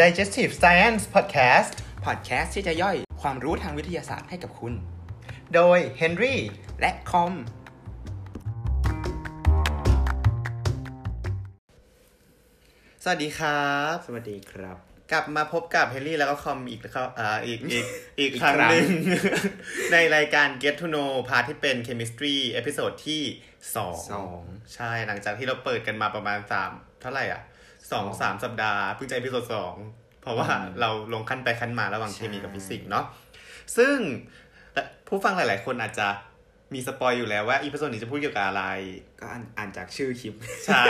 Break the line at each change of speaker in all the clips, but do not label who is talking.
Digestive Science Podcast
พอดแคสต์ที่จะย่อยความรู้ทางวิทยาศาสตร์ให้กับคุณ
โดย Henry
และคอม
สวัสดีครับ
สวัสดีครับ
กลับมาพบกับ Henry แล้วก็คอมอีกนะครับอ่าอีกอีกอีก
อีก
ครั้ง
ครั้ง
หนึ่ง ในรายการ Get to Know พาร์ทที่เป็น Chemistry เอพิโซดที่สอง
สอง
ใช่หลังจากที่เราเปิดกันมาประมาณสามเท่าไหร่อ่ะสอง
สอง
สามสัปดาห์เพิ่งจะเอพิโซดสองเพราะว่า
อืม
เราลงขั้นไปขั้นมาระหว่างเคมีกับฟิสิกส์เนาะซึ่งผู้ฟังหลาย ๆ คนอาจจะมีสปอยอยู่แล้วว่าอีพิโซดนี้จะพูดเกี่ยวกับอะไร
ก็อ่านอ่านจากชื่อคลิป
ใช่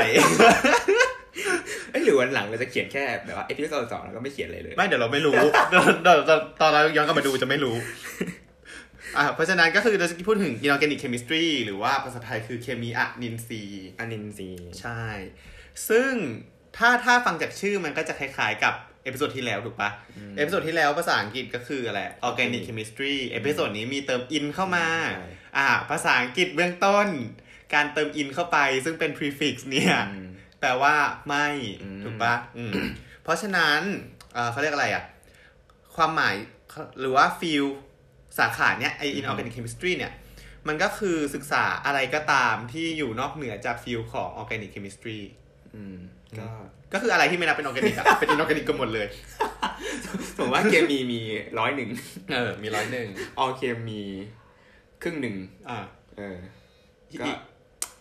เอ้ยหรือวันหลังเราจะเขียนแค่แบบว่าเอพิโซดสองแล้วก็ไม่เขียนอะไรเลย
ไม่เดี๋ยวเราไม่รู้ เดี๋ยวเดี๋ยวเดี๋ยวตอนเราย้อนกลับมาดูจะไม่รู้ อ่ะเพราะฉะนั้นก็คือเราจะพูดถึง inorganic chemistry หรือว่าภาษาไทยคือเคมีอะนินทรีย์
อันนินซีย์
ใช่ ซึ่งถ้าถ้าฟังจากชื่อมันก็จะคล้ายๆกับเอพิโซดที่แล้วถูกปะเอพิโซดที่แล้วภาษาอังกฤษก็คืออะไร organic chemistry เอพิโซดนี้มีเติม in เข้ามา
ใช่
อ่า ภาษาอังกฤษเบื้องต้น การเติม in เข้าไป ซึ่งเป็น prefix เนี่ย
อืม
แปลว่าไม่
อืม
ถูกปะอืม เพราะฉะนั้นเอ่อเขาเรียกอะไรอ่ะ ความหมายหรือว่าฟิลสาขาเนี้ยไออินออร์แกนิกเคมิสตรีเนี่ย มันก็คือศึกษาอะไรก็ตามที่อยู่นอกเหนือจากฟิลของออร์แกนิกเคมิสตรี
อืมก็
ก็คืออะไรที่ไม่นับเป็นออร์แกนิกอะ เป็นอินออร์แกนิกกันหมดเลย
สมมติว่าเคมีมีร้อยหนึ่ง
เออ มีร้อยหนึ่ง
ออเคมีครึ่งหนึ่ง
อ่า
เออก็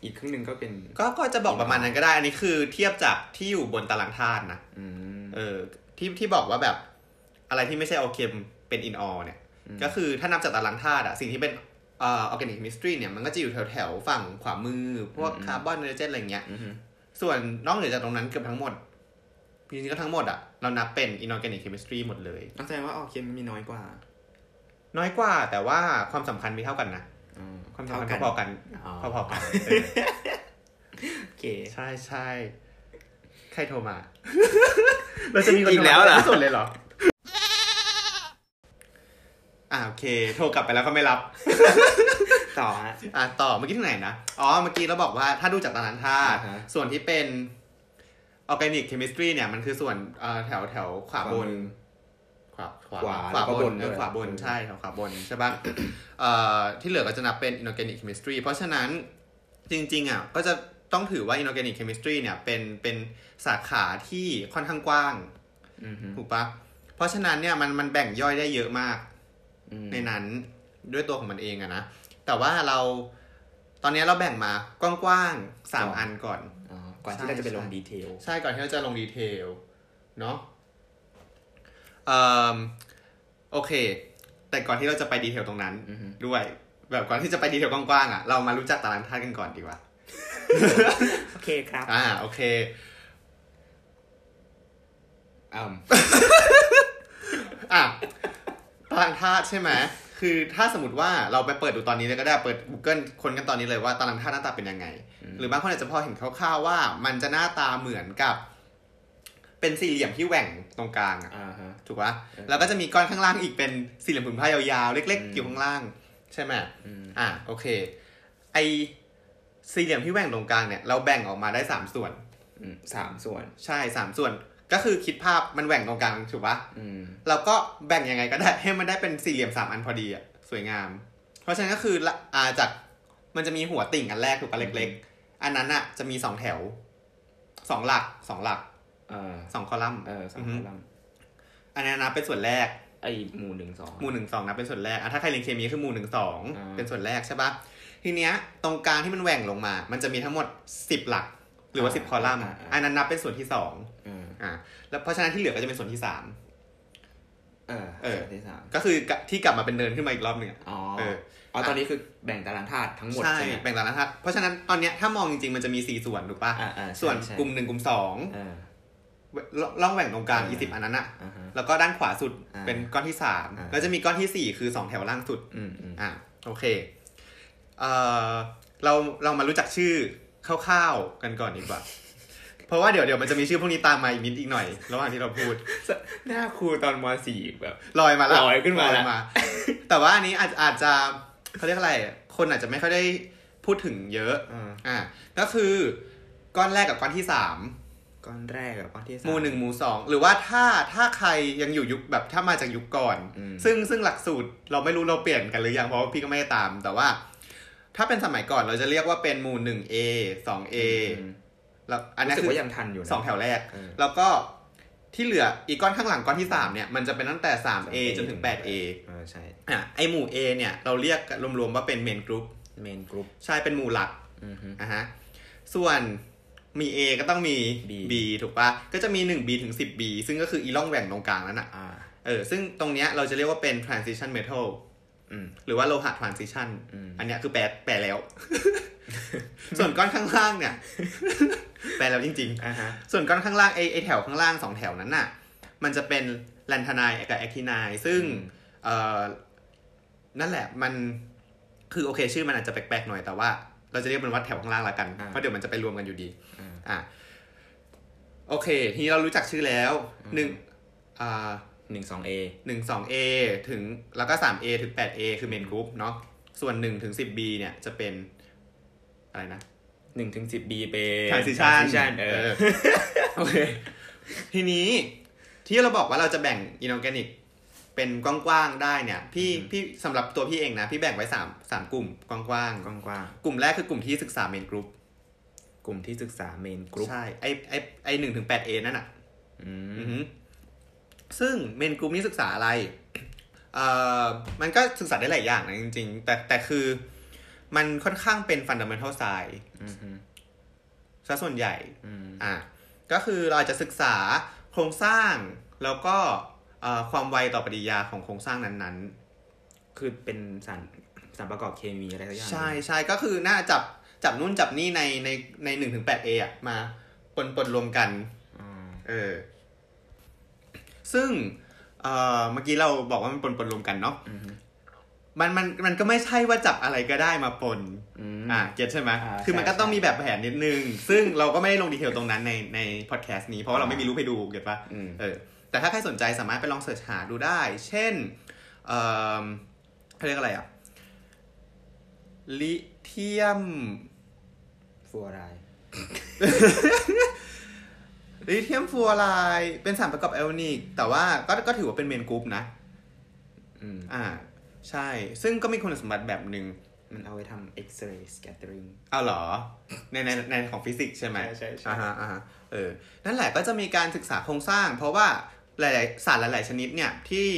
อีกครึ่งหนึ่งก็เป็น
ก็ก็จะบอกประมาณนั้นก็ได้ อันนี้คือเทียบจากที่อยู่บนตารางธาตุนะ
อืม
เออที่ที่บอกว่าแบบอะไรที่ไม่ใช่ออเคมเป็นอินออเนี่ย
อืม
ก็คือถ้านับจากตารางธาตุอะสิ่งที่เป็นเอ่อออร์แกนิกมิสทรีเนี่ยมันก็จะอยู่แถวแถวๆฝั่งขวามือ พวกคาร์บอนไนโตรเจนอะไรเงี้ย
อืม
ส่วนนอกเหนือจากตรงนั้นเกือบทั้งหมดจริงๆก็ทั้งหมดอะเรานับเป็นอินออร์แกนิกเคมิสตรีหมดเลย
ต้องแสดงว่าออเคมีน้อยกว่า
น้อยกว่าแต่ว่าความสำคัญมีเท่ากันนะ
อืม
ความ
เท่า
สำคัญ
กัน
พอๆกัน
อ๋อ
พอๆกันเออ
โอเค
ใช่ใช่ใครโทรมา เราจะมีคน
อีกแล้วเหรอ
โทมาที่สุดเลยเหรอ อ่าโอเค โทรกลับไปแล้วก็ไม่รับ
ต่อฮะ
อ่ะต่อเมื่อกี้ที่ไหนนะ อ๋อ เมื่อกี้เราบอกว่าถ้าดูจากตารางธาตุ
อ่าฮะ
ส่วนที่เป็นออร์แกนิกเคมิสตรีเนี่ย มันคือส่วนเอ่อแถวแถวขวาบน ขวาขวา
ข
ข
วา
วา
แล้วก็
บบ น
น
เอ
ด้
อ
วย
ขวาบนใช่แถวขวาบนใช่ปะ เอ่อที่เหลือก็จะนับเป็นอินออร์แกนิกเคมิสตรีเพราะฉะนั้นจริงๆอ่ะก็จะต้องถือว่าอินออร์แกนิกเคมิสตรีเนี่ยเป็นเป็นสาขาที่ค่อนข้างกว้าง
อืมฮึ
ถูกปะเพราะฉะนั้นเนี่ยมันมันแบ่งย่อยได้เยอะมาก
อืม
ในนั้นด้วยตัวของมันเองอะนะ แต่ว่าเราตอนนี้เราแบ่งมากว้างๆสาม
ก่อน
อันก่อน
อ๋อก่อนที่เราจะไปลง
ใช่
ดีเทล
ใช่ก่อนที่เราจะลงดีเทลเนาะเออโอเค แต่ก่อนที่เราจะไปดีเทลตรงนั้น
อือฮึ
ด้วย แบบก่อนที่จะไปดีเทลกว้างๆอะเรามารู้จักตารางธาตุกันก่อนดีกว่า
โอเคครับ
อ่า โอเค
อืม
อ่ะตารางธาตุใช่ไหม คือถ้าสมมติว่าเราไปเปิดดูตอนนี้เลยก็ได้ เปิด Google คนกันตอนนี้เลยว่าตารางธาตุหน้าตาเป็นยังไง หรือบางคนอาจจะพอเห็นคร่าวๆว่ามันจะหน้าตาเหมือนกับ เป็นสี่เหลี่ยมที่แหว่งตรงกลางอะ
อ่าฮะ
ถูกปะ
เออ
แล้วก็จะมีก้อนข้างล่างอีกเป็นสี่เหลี่ยมผืนผ้ายาวๆ เล็ก
อื
ๆ
ม
อยู่ข้างล่าง ใช่ไหม
อืม
อ่ะโอเค ไอสี่เหลี่ยมที่แหว่งตรงกลางเนี่ยเราแบ่งออกมาได้สามส่วน
อืมสามส่วน
ใช่สามส่วน ก็คือคิดภาพมันแหว่งตรงกลางถูกปะ
อืม
เราก็แบ่งยังไงก็ได้ ให้มันได้เป็นสี่เหลี่ยมสามอันพอดีอ่ะสวยงาม เพราะฉะนั้นก็คือละอาจากมันจะมีหัวติ่งอันแรกถูกปะเล็ก ๆ อันนั้นอ่ะจะมีสองแถวสองหลักสองหลัก
เออ
สองคอลัมน์
เออสาม
ฮึ
คอลัมน์
อันนั้นนะเป็นส่วนแรก
ไอหมู่หนึ่งสอง
หมู่หนึ่งสองนะเป็นส่วนแรกอ่ะถ้าใครเรียนเคมีคือหมู่หนึ่งสอง
อ่า
เป็นส่วนแรกใช่ปะทีเนี้ยตรงกลางที่มันแหว่งลงมา มันจะมีทั้งหมดสิบหลัก หรือว่าสิบคอลัมน์อันนั้นนับเป็นส่วนที่สอง
อืม
อ่ะแล้วเพราะฉะนั้นที่เหลือก็จะเป็นส่วนที่สาม
เออ
เออ
ส่วนที่สาม
ก็คือที่กลับมาเป็นเนินขึ้นมาอีกรอบหนึ่งอ่ะ
อ๋อ
เออ
อ๋อตอนนี้คือแบ่งตารางธาตุทั้งหมด
ใช่
ใช่ไหม
แบ่งตารางธาตุเพราะฉะนั้นตอนเนี้ยถ้ามองจริงๆ มันจะมี 4 ส่วนถูกปะ
อ่าอ่าใช่
ส่วน
ใช่
กลุ่มหนึ่งกลุ่มสอง
เออ
ลล่องแหว่งตรงกลาง
เออ
อี
อี
สิบอันนั้นอะ
อ่าฮะ
แล้วก็ด้านขวาสุด
อ่า
เป็นก้อนที่สาม
อ่า
แล้วจะมีก้อนที่สี่คือสองแถวล่างสุด
อืมอืม
อ่ะโอเคเอ่อเราเรามารู้จักชื่อคร่าวๆกันก่อนดี กว่า เพราะว่าเดี๋ยวเดี๋ยวมันจะมีชื่อพวกนี้ตามมาอีกนิดอีกหน่อย ระหว่างที่เราพูด
หน้าครูตอนมสี่แบบ
ลอยมาละ
ลอยขึ้นมาละ
ล แต่ว่าอันนี้อาจอาจจะเขาเรียกอะไร คนอาจจะไม่ค่อยได้พูดถึงเยอะ
อ่า
อ่ะก็คือก้อนแรกกับก้อนที่สาม
ก้อนแรกกับก้อนที่สาม
หมู่หนึ่งหมู่สองหรือว่าถ้าถ้าใครยังอยู่ยุคแบบถ้ามาจากยุคก่อน
อืม
ซึ่งซึ่งหลักสูตรเราไม่รู้เราเปลี่ยนกันหรือยังเพราะว่าพี่ก็ไม่ได้ตาม แต่ว่า ถ้าเป็นสมัยก่อนเราจะเรียกว่าเป็นหมู่หนึ่ง A สอง A
ม
แล้วอันนี้
รู้สึก
คือ
ว่ายังทันอยู่นะ
สองแถวแรก
เออ
แล้วก็ที่เหลืออีกก้อนข้างหลังก้อนที่สามเนี่ยมันจะเป็นตั้งแต่สาม A จนถึงแปด A
เออใช่
อ่ะไอหมู่ A เนี่ยเราเรียกรวมๆว่าเป็นเมนกรุ๊ป
เมนกรุ๊ป
ใช่เป็นหมู่หลัก
อือฮึ
อ่ะฮะ ส่วนมี A ก็ต้องมี
B
B ถูกปะก็จะมี 1B ถึง 10B ซึ่งก็คืออีล่องแหว่งตรงกลางนั่นน่ะ
อ่า
เออ ซึ่งตรงเนี้ยเราจะเรียกว่าเป็น transition metal
อืม
หรือว่าโลหะ transition
อืม
อันเนี้ยคือแปลแปลแล้ว ส่วนก้อนข้างล่างเนี่ย แปลแล้วจริง
อ่าฮะ
ๆ ส่วนก้อนข้างล่างไอไอแถวข้างล่างสองแถวนั้นน่ะ มันจะเป็นแลนทนายกับแอคทินายซึ่ง เอ่อ นั่นแหละมันคือโอเค ชื่อมันอาจจะแปลกๆหน่อยแต่ว่า เราจะเรียกมันว่าแถวข้างล่างละกัน
อ่า
เพราะเดี๋ยวมันจะไปรวมกันอยู่ดี
อืม
อ่ะโอเค ทีนี้เรารู้จักชื่อแล้ว
อืม
หนึ่งอ่า
หนึ่งสองเอ
หนึ่งสองเอถึงแล้วก็สามเอถึงแปดเอคือเมนกรุ๊ปเนาะส่วนหนึ่งถึงสิบบีเนี่ยจะเป็นอะไรนะ
หนึ่งถึงสิบบีเป็น
transition
transition เออ
เออ โอเค ทีนี้ที่เราบอกว่าเราจะแบ่งอินอร์แกนิกเป็นกว้างๆได้เนี่ย พี่
อือฮึ
พี่สำหรับตัวพี่เองนะ พี่แบ่งไว้สามสามกลุ่มกว้าง
กว้างกว้าง
ๆกลุ่มแรกคือกลุ่มที่ศึกษาเมนกรุ๊ป
ๆกลุ่มที่ศึกษาเมนกรุ๊ป
ใช่ไอไอไอหนึ่งถึงแปดเอนั่นอ่ะ
อื
อื
ม
อฮึซึ่งเมนกลุ่มนี้ศึกษาอะไร เอ่อมันก็ศึกษาได้หลายอย่างนะจริงๆ แต่แต่คือมันค่อนข้างเป็นฟันดัมเ n ล l ไซ i ์
อืมฮึ
ซะส่วนใหญ่
อืม
อ่ะก็คือเราอาจจะศึกษาโครงสร้างแล้วก็เอ่อความไวต่อปฏิกิริยาของโครงสร้างนั้น
คือเป็นสารสารประกอบเคมีอะไรสักอย่าง
ๆ ใช่ใช่ก็คือน่าจับจับนู่นจับนี่ในในในหนึ่งถึงแปดเออะมาปนปนรวมกัน
อ่า
เออ ซึ่งเอ่อเมื่อกี้เราบอกว่ามันปนปนรวมกันเนาะ
อืมฮึ
มันมันมันก็ไม่ใช่ว่าจับอะไรก็ได้มาปน
อืม
อ่าเก็ตใช่ไหม
อ่า
คือมันก็
ใช่
ต้อง
ใช่
มีแบบแผนนิดนึง ซึ่งเราก็ไม่ได้ลงดีเทลตรงนั้นในในพอดแคสต์นี้ เพราะว่าเราไม่มีรูปให้ดูเก็ตปะ
อืม
เออ แต่ถ้าใครสนใจสามารถไปลองเสิร์ชหาดูได้ เช่น เอ่อเขาเรียกอะไรอ่ะ ลิเทียม
ฟลูออไรด์
ลิเทียมฟลูออไรด์เป็นสารประกอบไอออนิก แต่ว่าก็ก็ถือว่าเป็นเมนกรุ๊ปนะ
อืม
อ่า ใช่ ซึ่งก็มีคุณสมบัติแบบหนึ่ง
มันเอาไว้ทำเอ็กซเรย์สแกตเตอริง
เอาเหรอ ในในในของฟิสิกส์ใช่ไหม
ใช่ใช่ใช่
อ่าฮะอ่าฮะเออ นั่นแหละก็จะมีการศึกษาโครงสร้าง เพราะว่าหลายๆศาสตร์หลาย ๆ ชนิดเนี่ยที่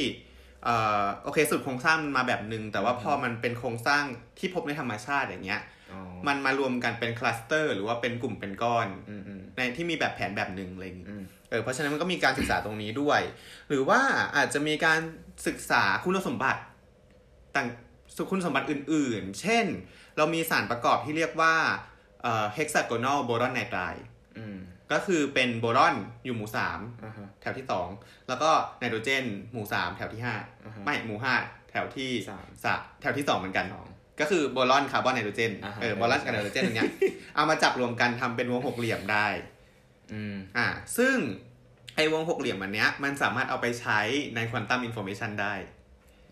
เอ่อโอเคสูตรโครงสร้างมันมาแบบหนึ่งแต่ว่าพอมันเป็นโครงสร้างที่พบในธรรมชาติอย่างเงี้ย
อ๋อ
มันมารวมกันเป็นคลัสเตอร์ หรือว่าเป็นกลุ่มเป็นก้อน
อืมอืม
ในที่มีแบบแผนแบบหนึ่งอะไรอย่างงี้
อืม
เออเพราะฉะนั้นมันก็มีการศึกษาตรงนี้ด้วย หรือว่าอาจจะมีการศึกษาคุณสมบัติต่างคุณสมบัติอื่น ๆ เช่น เรามีสารประกอบที่เรียกว่าเอ่อ hexagonal boron nitride
อืม
ก็คือเป็นโบรอนอยู่หมู่สาม
อ่าฮะ
แถวที่สองแล้วก็ไนโตรเจนหมู่สามแถวที่ห้า
อ่าฮะ
ไม่หมู่ห้าแถวที่
สาม
สามแถวที่สองเหมือนกัน
สอง
ก็คือโบรอนคาร์บอนไนโตรเจน
อ่าฮะ
เออโบรอนกับไนโตรเจนอย่างเงี้ย เอามาจับรวมกันทำเป็นวงหกเหลี่ยมได้
อืม
อ่า ซึ่งไอ้วงหกเหลี่ยมอันเนี้ยมันสามารถเอาไปใช้ในควอนตัมอินโฟเมชันได้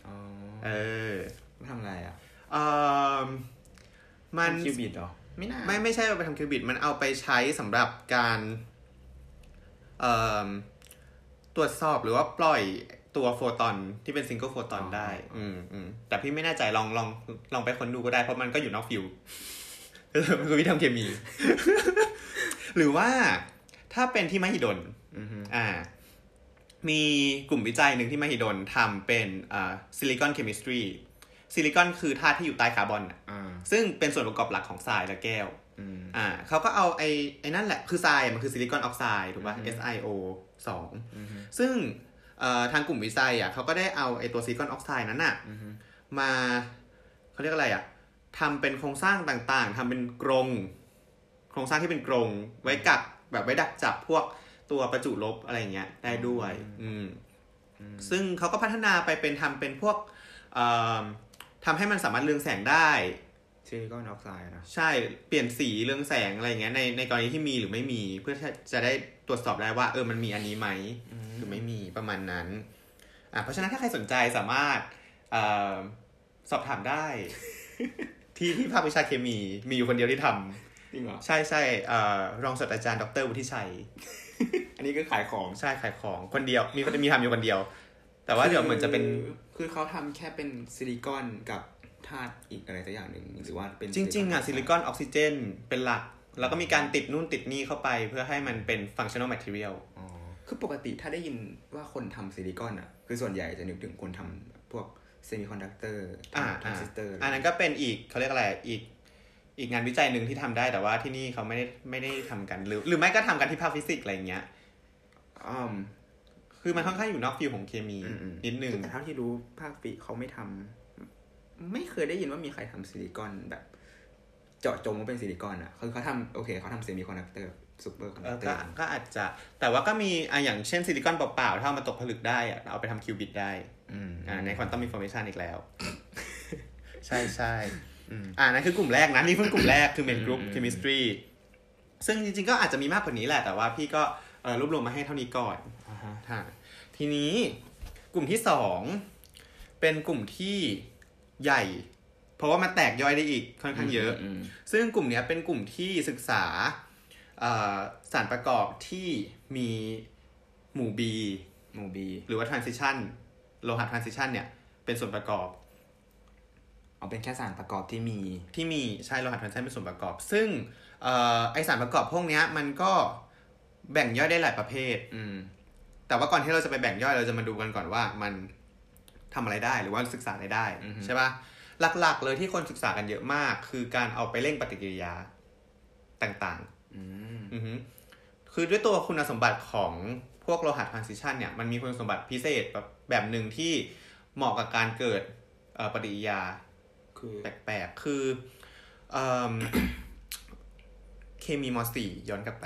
อ๋อ
เออ
ทำอะไรอ่ะ
เออมัน
คิวบิดเหรอ ไม่น่า
ไม่ไม่ใช่เอาไปทำคิวบิตมันเอาไปใช้สำหรับการเอ่อตรวจสอบหรือว่าปล่อยตัวโฟตอนที่เป็นซิงเกิลโฟตอนได้ อืมอืมแต่พี่ไม่แน่ใจลองลองลองไปค้นดูก็ได้ เพราะมันก็อยู่นอกฟิว มัน คือวิธีทำเค มี หรือว่าถ้าเป็นที่มหิดล
อือฮึ
อ่า มีกลุ่มวิจัยหนึ่งที่มหิดลทำเป็นอ่าซิลิคอนเคมิสตรีซิลิคอนคือธาตุที่อยู่ใต้คาร์บอนน่ะ
อ่า
ซึ่งเป็นส่วนประกอบหลักของทรายและแก้ว
อืม
อ่าเขาก็เอาไอ้ไอ้นั่นแหละ คือทรายอะมันคือซิลิคอนออกไซด์ถูกป่ะ
อือฮึ
SiO 2
อือฮึ
ซึ่งเอ่อทางกลุ่มวิจัยอ่ะเขาก็ได้เอาไอ้ตัวซิลิคอนออกไซด์นั้นอ่ะ
อือฮึ
มาเขาเรียกอะไรอ่ะทำเป็นโครงสร้างต่างๆทำเป็นกรง โครงสร้างที่เป็นกรง ไว้กักแบบไว้ดักจับพวกตัวประจุลบอะไรอย่างเงี้ยได้ด้วย อืม
อืม
ซึ่งเขาก็พัฒนาไปเป็นทำเป็นพวกเอ่อทำให้มันสามารถเรืองแสงได้
ซิลิคอนออกไซด์นะ
ใช่เปลี่ยนสีเรื่องแสงอะไรอย่างเงี้ยในในกรณีที่มีหรือไม่มีเพื่อจะได้ตรวจสอบได้ว่า เออมันมีอันนี้ไหมหรือไม่มีประมาณนั้นอ่ะเพราะฉะนั้นถ้าใครสนใจสามารถเออสอบถามได้ ที่ที่ภาควิชาเคมีมีอยู่คนเดียวที่ทำ
จริงเหรอ
ใช่ใช่เอ่อรองศาสตราจารย์ดรวุฒิชัย
อันนี้ก็ขายของ
ใช่ขายของคนเดียว มีคนมีทำอยู่คนเดียว แต่ว่าเดี๋ยวเหมือนจะเป็น
คือเขาทำแค่เป็นซิลิคอนกับธาตุอีกอะไรสักอย่างหนึ่งหรือว่าเป็น
จริง ๆอ่ะซิลิคอนออกซิเจนเป็นหลัก แล้วก็มีการติดนู่นติดนี่เข้าไป เพื่อให้มันเป็นฟังชั่นอลแมทเทียล
อ๋อคือปกติถ้าได้ยินว่าคนทำซิลิคอนอ่ะ คือส่วนใหญ่จะนึกถึงคนทำพวกเซมิคอนดักเตอร์
อ่า
ทรา
อ่าน
ซิสเตอร์
อันนั้นก็เป็นอีกเขาเรียกอะไรอีก อีกงานวิจัยหนึ่งที่ทำได้แต่ว่าที่นี่เขาไม่ได้ไม่ได้ทำกันหรือ หรือไม่ก็ทำกันที่ภาคฟิสิกส์อะไรอย่างเงี้ย
อืม
คือมันค่อนข้างอยู่นอกฟิลของเคมีนิดนึง
แต่เท่าที่รู้ภาคปีเขาไม่ทำไม่เคยได้ยินว่ามีใครทำซิลิคอนแบบ เจาะจงว่าเป็นซิลิคอนอ่ะคือเขาทำโอเคเขาทำเซมิคอนดักเตอร์ซูเปอร์คอน
เอ
ดั
อก
เตอ
ก็
ร์
ก็อาจจะ แต่ว่าก็มีอ่ะอย่างเช่นซิลิคอนเปล่าๆ ถ้าเอามาตกผลึกได้อ่ะเอาไปทำคิวบิตได้
อืม
อ่าในควอนตัมอินโฟเมชันอีกแล้ว ใช่ใช่อ่านั่นคือกลุ่มแรกนะ นี่เพิ่งกลุ่มแรกคือเมนกรุ๊ปเคมิสตรีซึ่งจริงๆ ก็อาจจะมีมากกว่านี้แหละ แต่ว่าพี่ก็เอ่อรวบรวมมาให้เท่านี้ก่อน
อ่าฮะ
อ่ะทีนี้กลุ่มที่สองเป็นกลุ่มที่ใหญ่ เพราะว่ามันแตกย่อยได้อีกค่อนข้างเยอะ
ม
ซึ่งกลุ่มเนี้ยเป็นกลุ่มที่ศึกษาเอ่อสารประกอบที่มีหมู่ B
หมูบี
หรือว่า transition โลหะ transition เนี่ย เป็นส่วนประกอบ
เอาเป็นแค่สารประกอบที่มี
ที่มีใช่โลหะ transition เป็นส่วนประกอบ ซึ่งเอ่อไอสารประกอบพวกเนี้ยมันก็แบ่งย่อยได้หลายประเภท
อืม
แต่ว่าก่อนที่เราจะไปแบ่งย่อยเราจะมาดูกันก่อนว่ามันทำอะไรได้หรือว่าศึกษาอะไรได้
อือฮึ
ใช่ปะหลักๆ เลยที่คนศึกษากันเยอะมาก คือการเอาไปเร่งปฏิกิริยาต่างๆ
อืม
อือฮึคือด้วยตัวคุณสมบัติของพวกโลหะทรานซิชันเนี่ยมันมีคุณสมบัติพิเศษแบบแบบหนึ่งที่เหมาะกับการเกิดเอ่อปฏิกิริยา
คือ
แปลกๆ คือเอิ่ม เคมีมสี่ย้อนกลับไป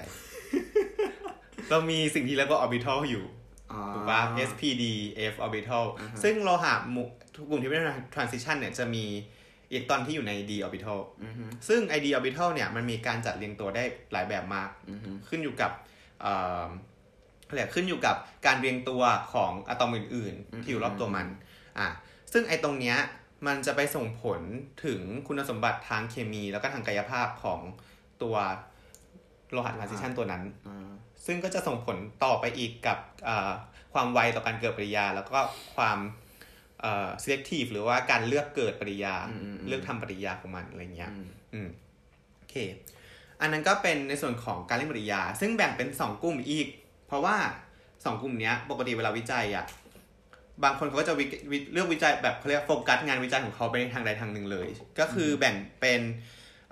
เรามีสิ่งที่เรียกว่าออร์บิทัลอยู่
อ่า
ถูกปะ SPD F orbital
อ่าฮะ
ซึ่งโลหะหมู่กลุ่มที่เป็นทรานซิชันเนี่ยจะมีอิเล็กตรอนที่อยู่ใน D orbital
อือฮึ
ซึ่ง ID orbital เนี่ยมันมีการจัดเรียงตัวได้หลายแบบมาก
อือฮึ
ขึ้นอยู่กับเอ่อเขาเรียกขึ้นอยู่กับการเรียงตัวของอะตอมอื่นๆ ที่อยู่รอบตัวมัน อ่ะ ซึ่งไอ้ตรงเนี้ยมันจะไปส่งผลถึงคุณสมบัติทางเคมีแล้วก็ทางกายภาพของตัวโลหะทรานซิชันตัวนั้น
อ่า
ซึ่งก็จะส่งผลต่อไปอีกกับเอ่อความไวต่อการเกิดปฏิกิริยา แล้วก็ความเอ่อ selective หรือว่าการเลือกเกิดปฏิกิริยา เลือกทำปฏิกิริยาของมันอะไรเงี้ย
อืม
อืมโอเค อันนั้นก็เป็นในส่วนของการเล่นปฏิกิริยา ซึ่งแบ่งเป็นสองกลุ่มอีก เพราะว่าสองกลุ่มเนี้ย ปกติเวลาวิจัยอะบางคนเขาก็จะวิวิเลือกวิจัยแบบเขาเรียกโฟกัสงานวิจัยของเขาไปในทางใดทางหนึ่งเลย ก็คือแบ่งเป็น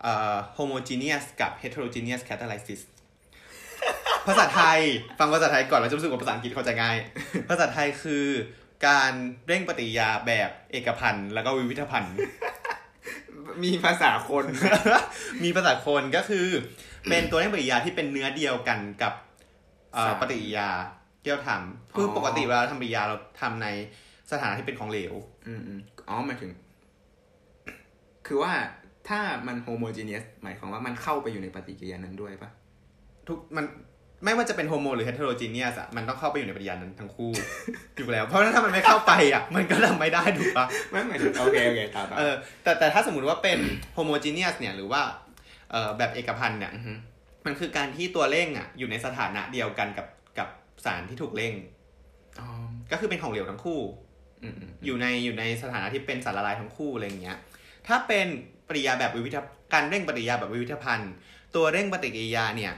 เอ่อ homogeneous กับ heterogeneous catalysis ภาษาไทย ฟังภาษาไทยก่อนเราจะรู้สึกว่าภาษาอังกฤษเข้าใจง่าย ภาษาไทยคือการเร่งปฏิกิริยาแบบเอกพันธ์แล้วก็วิวิธพันธ์
มีภาษาคน
มีภาษาคนก็คือ เป็นตัวเลขปฏิกิริยาที่เป็นเนื้อเดียวกันกับเอ่อ
สาร
ปฏิกิริยาที่เราทำคืออ
อ
ปกติเวลาเราทำปฏิกิริยาเราทำในสถานะที่เป็นของเหลว
อืมอืมอ๋อหมายถึง คือว่าถ้ามันโฮโมจีเนียสหมายความว่ามันเข้าไปอยู่ในปฏิกิริยานั้นด้วยปะ
ทุกมันไม่ว่าจะเป็นโฮโมหรือเฮเทโรจีเนียสอะมันต้องเข้าไปอยู่ในปฏิกิริยานั้นทั้งคู่ อยู่แล้ว เพราะฉะนั้นถ้ามันไม่เข้าไปอะ มันก็ทำไม่ได้ถูกปะ
ไม่หมายถึง โอเค โอเคตามตาม
เออแต่แต่ถ้าสมมติว่าเป็นโฮโมจีเนียสเนี่ยหรือว่าเอ่อแบบเอกพันธ์เนี่ย
อือฮึ
มันคือการที่ตัวเร่งอะอยู่ในสถานะเดียวกันกับกับสารที่ถูกเร่ง
อ๋อ
ก็คือเป็นของเหลวทั้งคู่
อืมอืม
อยู่ในอยู่ในสถานะที่เป็นสารละลายทั้งคู่อะไรอย่างเงี้ย ถ้าเป็นปฏิกิริยาแบบวิวิธการเร่งปฏิกิริยาแบบวิวิธภัณฑ์ ตัวเร่งปฏิกิริยาเนี่ย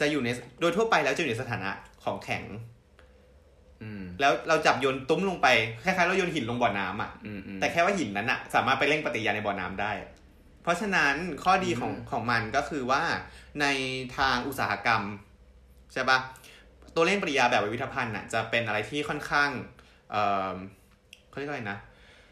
จะอยู่ในโดยทั่วไปแล้วจะอยู่ในสถานะของแข็ง
อืม
แล้วเราจับโยนตุ้มลงไปคล้ายๆเราโยนหินลงบ่อน้ำอ่ะ
อืมอืม
แต่แค่ว่าหินนั้นอ่ะสามารถไปเร่งปฏิกิริยาในบ่อน้ำได้ เพราะฉะนั้นข้อดีของ
อืม
ของมันก็คือว่าในทางอุตสาหกรรมใช่ปะตัวเร่งปฏิกิริยาแบบวิวิธภัณฑ์น่ะจะเป็นอะไรที่ค่อนข้างเอ่อเขาเรียกว่าอะไรนะ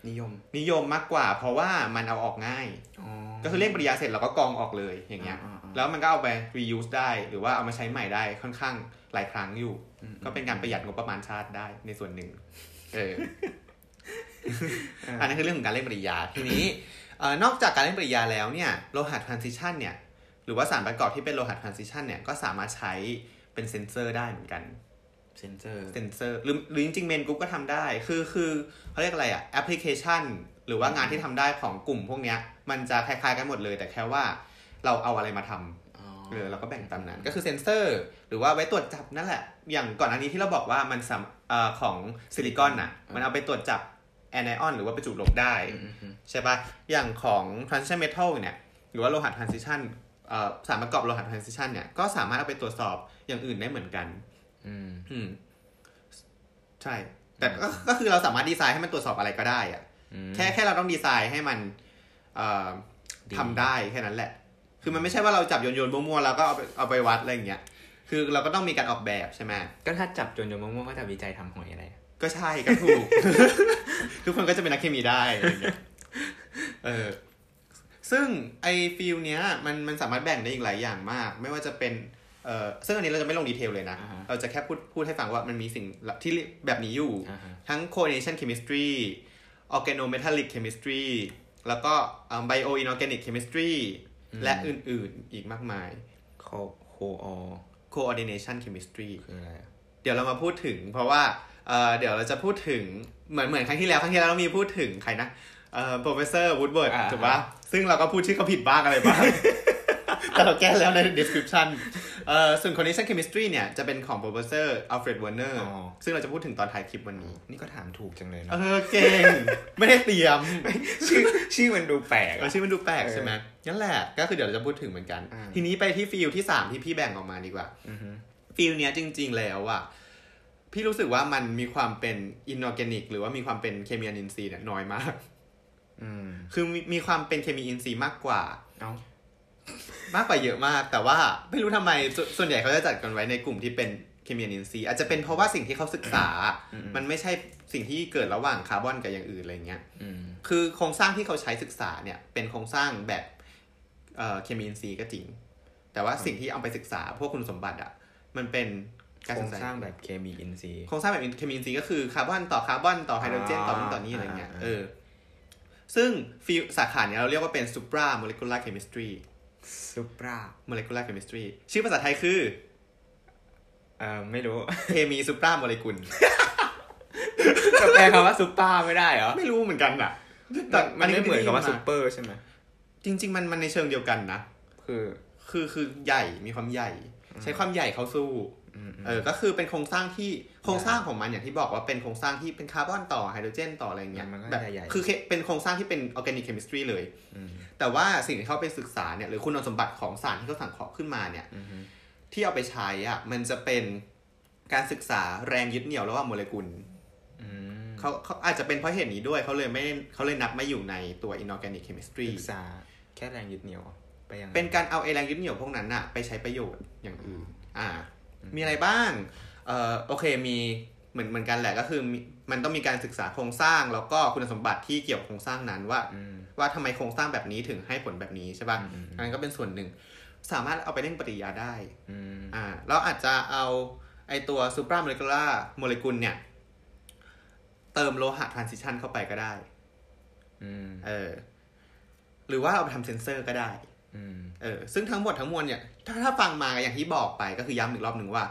นิยม
นิยมมากกว่าเพราะว่ามันเอาออกง่าย
อ๋อ
ก็คือเร่งปริยาเสร็จเราก็กองออกเลยอย่างเงี้ย
อ่าอ่าอ่า
แล้วมันก็เอาไป reuse ได้หรือว่าเอามาใช้ใหม่ได้ค่อนข้างหลายครั้งอยู่
อืมอืม
ก็เป็นการประหยัดงบประมาณชาติได้ในส่วนหนึ่งเออ
อ่า
อันนั้นคือเรื่องของการเล่นปริยาทีนี้เอ่อนอกจากการเล่นปริยาแล้วเนี่ยโลหะ transition เนี่ยหรือว่าสารประกอบที่เป็นโลหะ transition เนี่ยก็สามารถใช้เป็นเซนเซอร์ได้เหมือนกัน
เซนเซอร์
เซนเซอร์หรือหรือจริงๆเมนกรุ๊ปก็ทำได้ คือคือเขาเรียกอะไรอะแอปพลิเคชัน หรือว่างานที่ทำได้ของกลุ่มพวกเนี้ย มันจะคล้ายๆกันหมดเลย แต่แค่ว่า เราเอาอะไรมาทำ
อ๋อ
เออเราก็แบ่งตามนั้น ก็คือเซ็นเซอร์ หรือว่าไว้ตรวจจับนั่นแหละ อย่างก่อนอันนี้ที่เราบอกว่ามันสามเอ่อของซิลิคอนน่ะ มันเอาไปตรวจจับแอนไอออนหรือว่าประจุลบได้
อืมอืมอืม
ใช่ปะอย่างของ transition metal เนี่ย หรือว่าโลหะ transition เอ่อสารประกอบโลหะ transition เนี่ย ก็สามารถเอาไปตรวจสอบอย่างอื่นได้เหมือนกัน
อืม
อืม ใช่ แต่ก็ก็คือเราสามารถดีไซน์ให้มันตรวจสอบอะไรก็ได้อะ
อืม
แค่แค่เราต้องดีไซน์ให้มัน เอ่อ
ดี
ทำได้แค่นั้นแหละ คือมันไม่ใช่ว่าเราจับโยนโยนๆมั่วๆแล้วก็เอาไปเอาไปวัดอะไรอย่างเงี้ย คือเราก็ต้องมีการออกแบบใช่ไหม
ก็ถ้าจับจนจนมะม่วงก็จะวิจัยทำหอยอะไรอะ
ก็ใช่ก็ถู ก ทุกคนก็จะเป็นนักเคมีได้อะไรเงี้ยเออซึ่งไอฟิลเนี้ยมันมันสามารถแบ่งได้อีกหลายอย่างมาก ไม่ว่าจะเป็นเออซึ่งอันนี้เราจะไม่ลงดีเทลเลยนะ เราจะแค่พูดพูดให้ฟังว่ามันมีสิ่งที่แบบนี้อยู่
อ่าฮะ
ทั้ง coordination chemistry organometallic chemistry แล้วก็เอิ่ม bio inorganic chemistry และอื่นๆอีกมากมาย
โคโคออ
coordination chemistry
คืออะไรอะ
เดี๋ยวเรามาพูดถึง เพราะว่าเอ่อเดี๋ยวเราจะพูดถึงเหมือนเหมือนครั้งที่แล้วครั้งที่แล้วเรามีพูดถึงใครนะเอ่อ professor Woodward
อ่า
ถูกปะซึ่งเราก็พูดชื่อเขาผิดบ้างอะไรบ้าง แต่เราแก้แล้วใน description เอ่อส่วน condition chemistry เนี่ย จะเป็นของ professor Alfred Werner
อ๋อ
ซึ่งเราจะพูดถึงตอนท้ายคลิปวันนี้
นี่ก็ถามถูกจังเลย
เอ
เนาะ
อ เก่ง ไม่ได้เตรียม
ชื่อชื่อมันดูแปลก
เอ
อะ
อชื่อมันดูแปลกใช่ไหมนั่นแหละ ก็คือเดี๋ยวเราจะพูดถึงเหมือนกัน
อ่า
ทีนี้ไปที่ฟิลที่สามที่พี่แบ่งออกมาดีกว่า
อือฮึ
ฟิลเนี้ยจริงๆแล้วอะพี่รู้สึกว่ามันมีความเป็นอินออร์แกนิก หรือว่ามีความเป็นเคมีอินทรีย์เนี่ยน้อยมาก
อืม
คือมีมีความเป็นเคมีอินทรีย์มากกว่า
เอ้าม
ากกว่าเยอะมาก แต่ว่าไม่รู้ทำไมสส่วนใหญ่เขาจะจัดกันไว้ในกลุ่มที่เป็นเคมีอินทรีย์อาจจะเป็นเพราะว่าสิ่งที่เขาศึกษา มันไม่ใช่สิ่งที่เกิดระหว่างคาร์บอนกับอย่างอื่นอะไรเงี้ย
อืม
คือโครงสร้างที่เขาใช้ศึกษาเนี่ยเป็นโครงสร้างแบบเอ่อเคมีอินทรีย์ก็จริง แต่ว่าสิ่งที่เอาไปศึกษา พวกคุณสมบัติอะมันเป็น
โค
การ
ร
ศึ
ง
กษา
สร้างแบบเคมีอินทรีย์
โครงสร้างแบบเคมีอินทรีย์ก็คือคาร์บอนต่อคาร์บอนต่อไฮโดรเจนต่อนู่นต่อนี่อะไรเงี้ย
อ่า
เออ ซึ่งฟิลสาขาเนี้ยเราเรียกว่าเป็น supra molecular chemistry
ซุปรา
molecular chemistry ชื่อภาษาไทยคือ
เอ่อไม่รู้
เคมี supra โมเลกุล
จะแปลคำว่าซุปเปอร์ไม่ได้เหรอ
ไม่รู้เหมือนกันอ่ะ
แต่มันไม่เหมือนกับว่า
ได้ยิ
ซุปเปอร์ใช่ไหม
จริง ๆ มันมันในเชิงเดียวกันนะ
คือ
คือคือใหญ่มีความใหญ่ ใช้ความใหญ่เข้าสู้
อืม
เออ ก็คือเป็นโครงสร้างที่โครงสร้างของมันอย่างที่บอกว่าเป็นโครงสร้างที่เป็นคาร์บอนต่อไฮโดรเจนต่ออะไรเงี้ย
มันก็
แบบ
จะใหญ่
คือเคเป็นโครงสร้างที่เป็นออร์แกนิกเคมิสตรีเลย
อืม
แต่ว่าสิ่งที่เขาไปศึกษาเนี่ยหรือคุณสมบัติของสารที่เขาสังเคราะห์ขึ้นมาเนี่ย
อืมฮึ
ที่เอาไปใช้อ่ะมันจะเป็นการศึกษาแรงยึดเหนี่ยวระหว่างโมเลกุล
อืม
เขาเขาอาจจะเป็นเพราะเหตุนี้ด้วยเขาเลยไม่ได้เขาเลยนับไม่อยู่ในตัว inorganic chemistry
ศึกษาแค่แรงยึดเหนี่ยวอะไปยังไง
เป็นการเอาไอแรงยึดเหนี่ยวพวกนั้นอ่ะไปใช้ประโยชน์อย่างอื่นอ่า มีอะไรบ้างเอ่อโอเคมีเหมือนเหมือนกันแหละก็คือมีมันต้องมีการศึกษาโครงสร้างแล้วก็คุณสมบัติที่เกี่ยวกับโครงสร้างนั้นว่า
อืม
ว่าทำไมโครงสร้างแบบนี้ถึงให้ผลแบบนี้ใช่ป่ะ
อืมอืม
อันนั้นก็เป็นส่วนหนึ่ง สามารถเอาไปเล่นปฏิกิริยาได้
อืม
อ่า เราอาจจะเอาไอตัวซูเปอร์โมเลกุลาโมเลกุลเนี่ย เติมโลหะทรานซิชันเข้าไปก็ได้
อืม
เออ หรือว่าเอาไปทำเซนเซอร์ก็ได้
อืม
เออ ซึ่งทั้งหมดทั้งมวลเนี่ย ถ้าถ้าฟังมาอย่างที่บอกไปก็คือย้ำอีกรอบหนึ่งว่า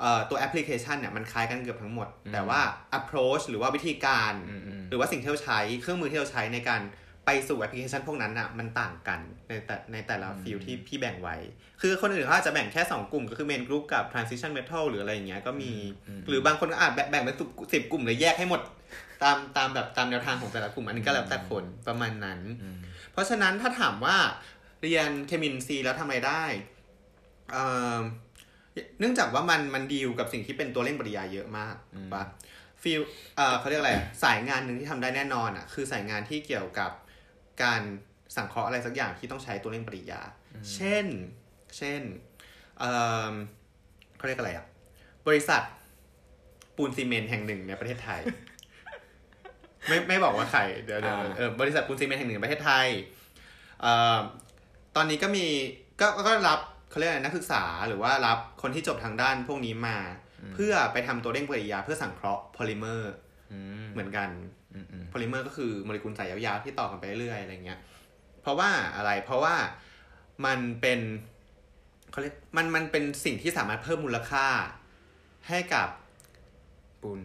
เอ่อตัวแอปพลิเคชันเนี่ยมันคล้ายกันเกือบทั้งหมด
อืม
แต่ว่า approach หรือว่าวิธีการ
อืมอืม
หรือว่าสิ่งที่เราใช้เครื่องมือที่เราใช้ในการไปสู่แอปพลิเคชันพวกนั้นอ่ะมันต่างกันในแต่ในแต่ละ
อืม
ฟิลที่พี่แบ่งไว้ คือคนอื่นเขาอาจจะแบ่งแค่ 2 กลุ่ม ก็คือ main group กับ transition metal หรืออะไรอย่างเงี้ยก็มี หรือบางคนก็อาจแบ่งแบ่งเป็นสิบกลุ่มเลยแยกให้หมด ตามตามแบบตามแนวทางของแต่ละกลุ่มอันนี้ก็แล้วแต่คนประมาณนั้น
อืม
เพราะฉะนั้นถ้าถามว่าเรียนเคมินซีแล้วทำอะไรได้เอ่อเนื่องจากว่ามันมันดีลกับสิ่งที่เป็นตัวเร่งปฏิกิริยาเยอะมากถูกปะฟิลเอ่อเขาเรียกอะไรอะสายงานหนึ่งที่ทำได้แน่นอนอ่ะคือสายงานที่เกี่ยวกับการสังเคราะห์อะไรสักอย่างที่ต้องใช้ตัวเร่งปฏิกิริยา เช่น เช่นเอ่อเขาเรียกอะไรอ่ะบริษัทปูนซีเมนต์แห่งหนึ่งในประเทศไทย ไม่ไม่บอกว่าใครเดี๋ยวเดี๋ยว
อ่า
เออบริษัทปูนซีเมนต์แห่งหนึ่งในประเทศไทย เอ่อตอนนี้ก็มีก็ก็รับเขาเรียกอะไรนักศึกษาหรือว่ารับคนที่จบทางด้านพวกนี้มา เพื่อไปทำตัวเร่งปฏิกิริยาเพื่อสังเคราะห์โพลิเมอร์
อืม
เหมือนกัน
อืมอืม
โพลิเมอร์ก็คือโมเลกุลสายยาวๆที่ต่อกันไปเรื่อยๆอะไรเงี้ย เพราะว่าอะไร เพราะว่ามันเป็นเขาเรียกมันมันเป็นสิ่งที่สามารถเพิ่มมูลค่าให้กับ
ปูน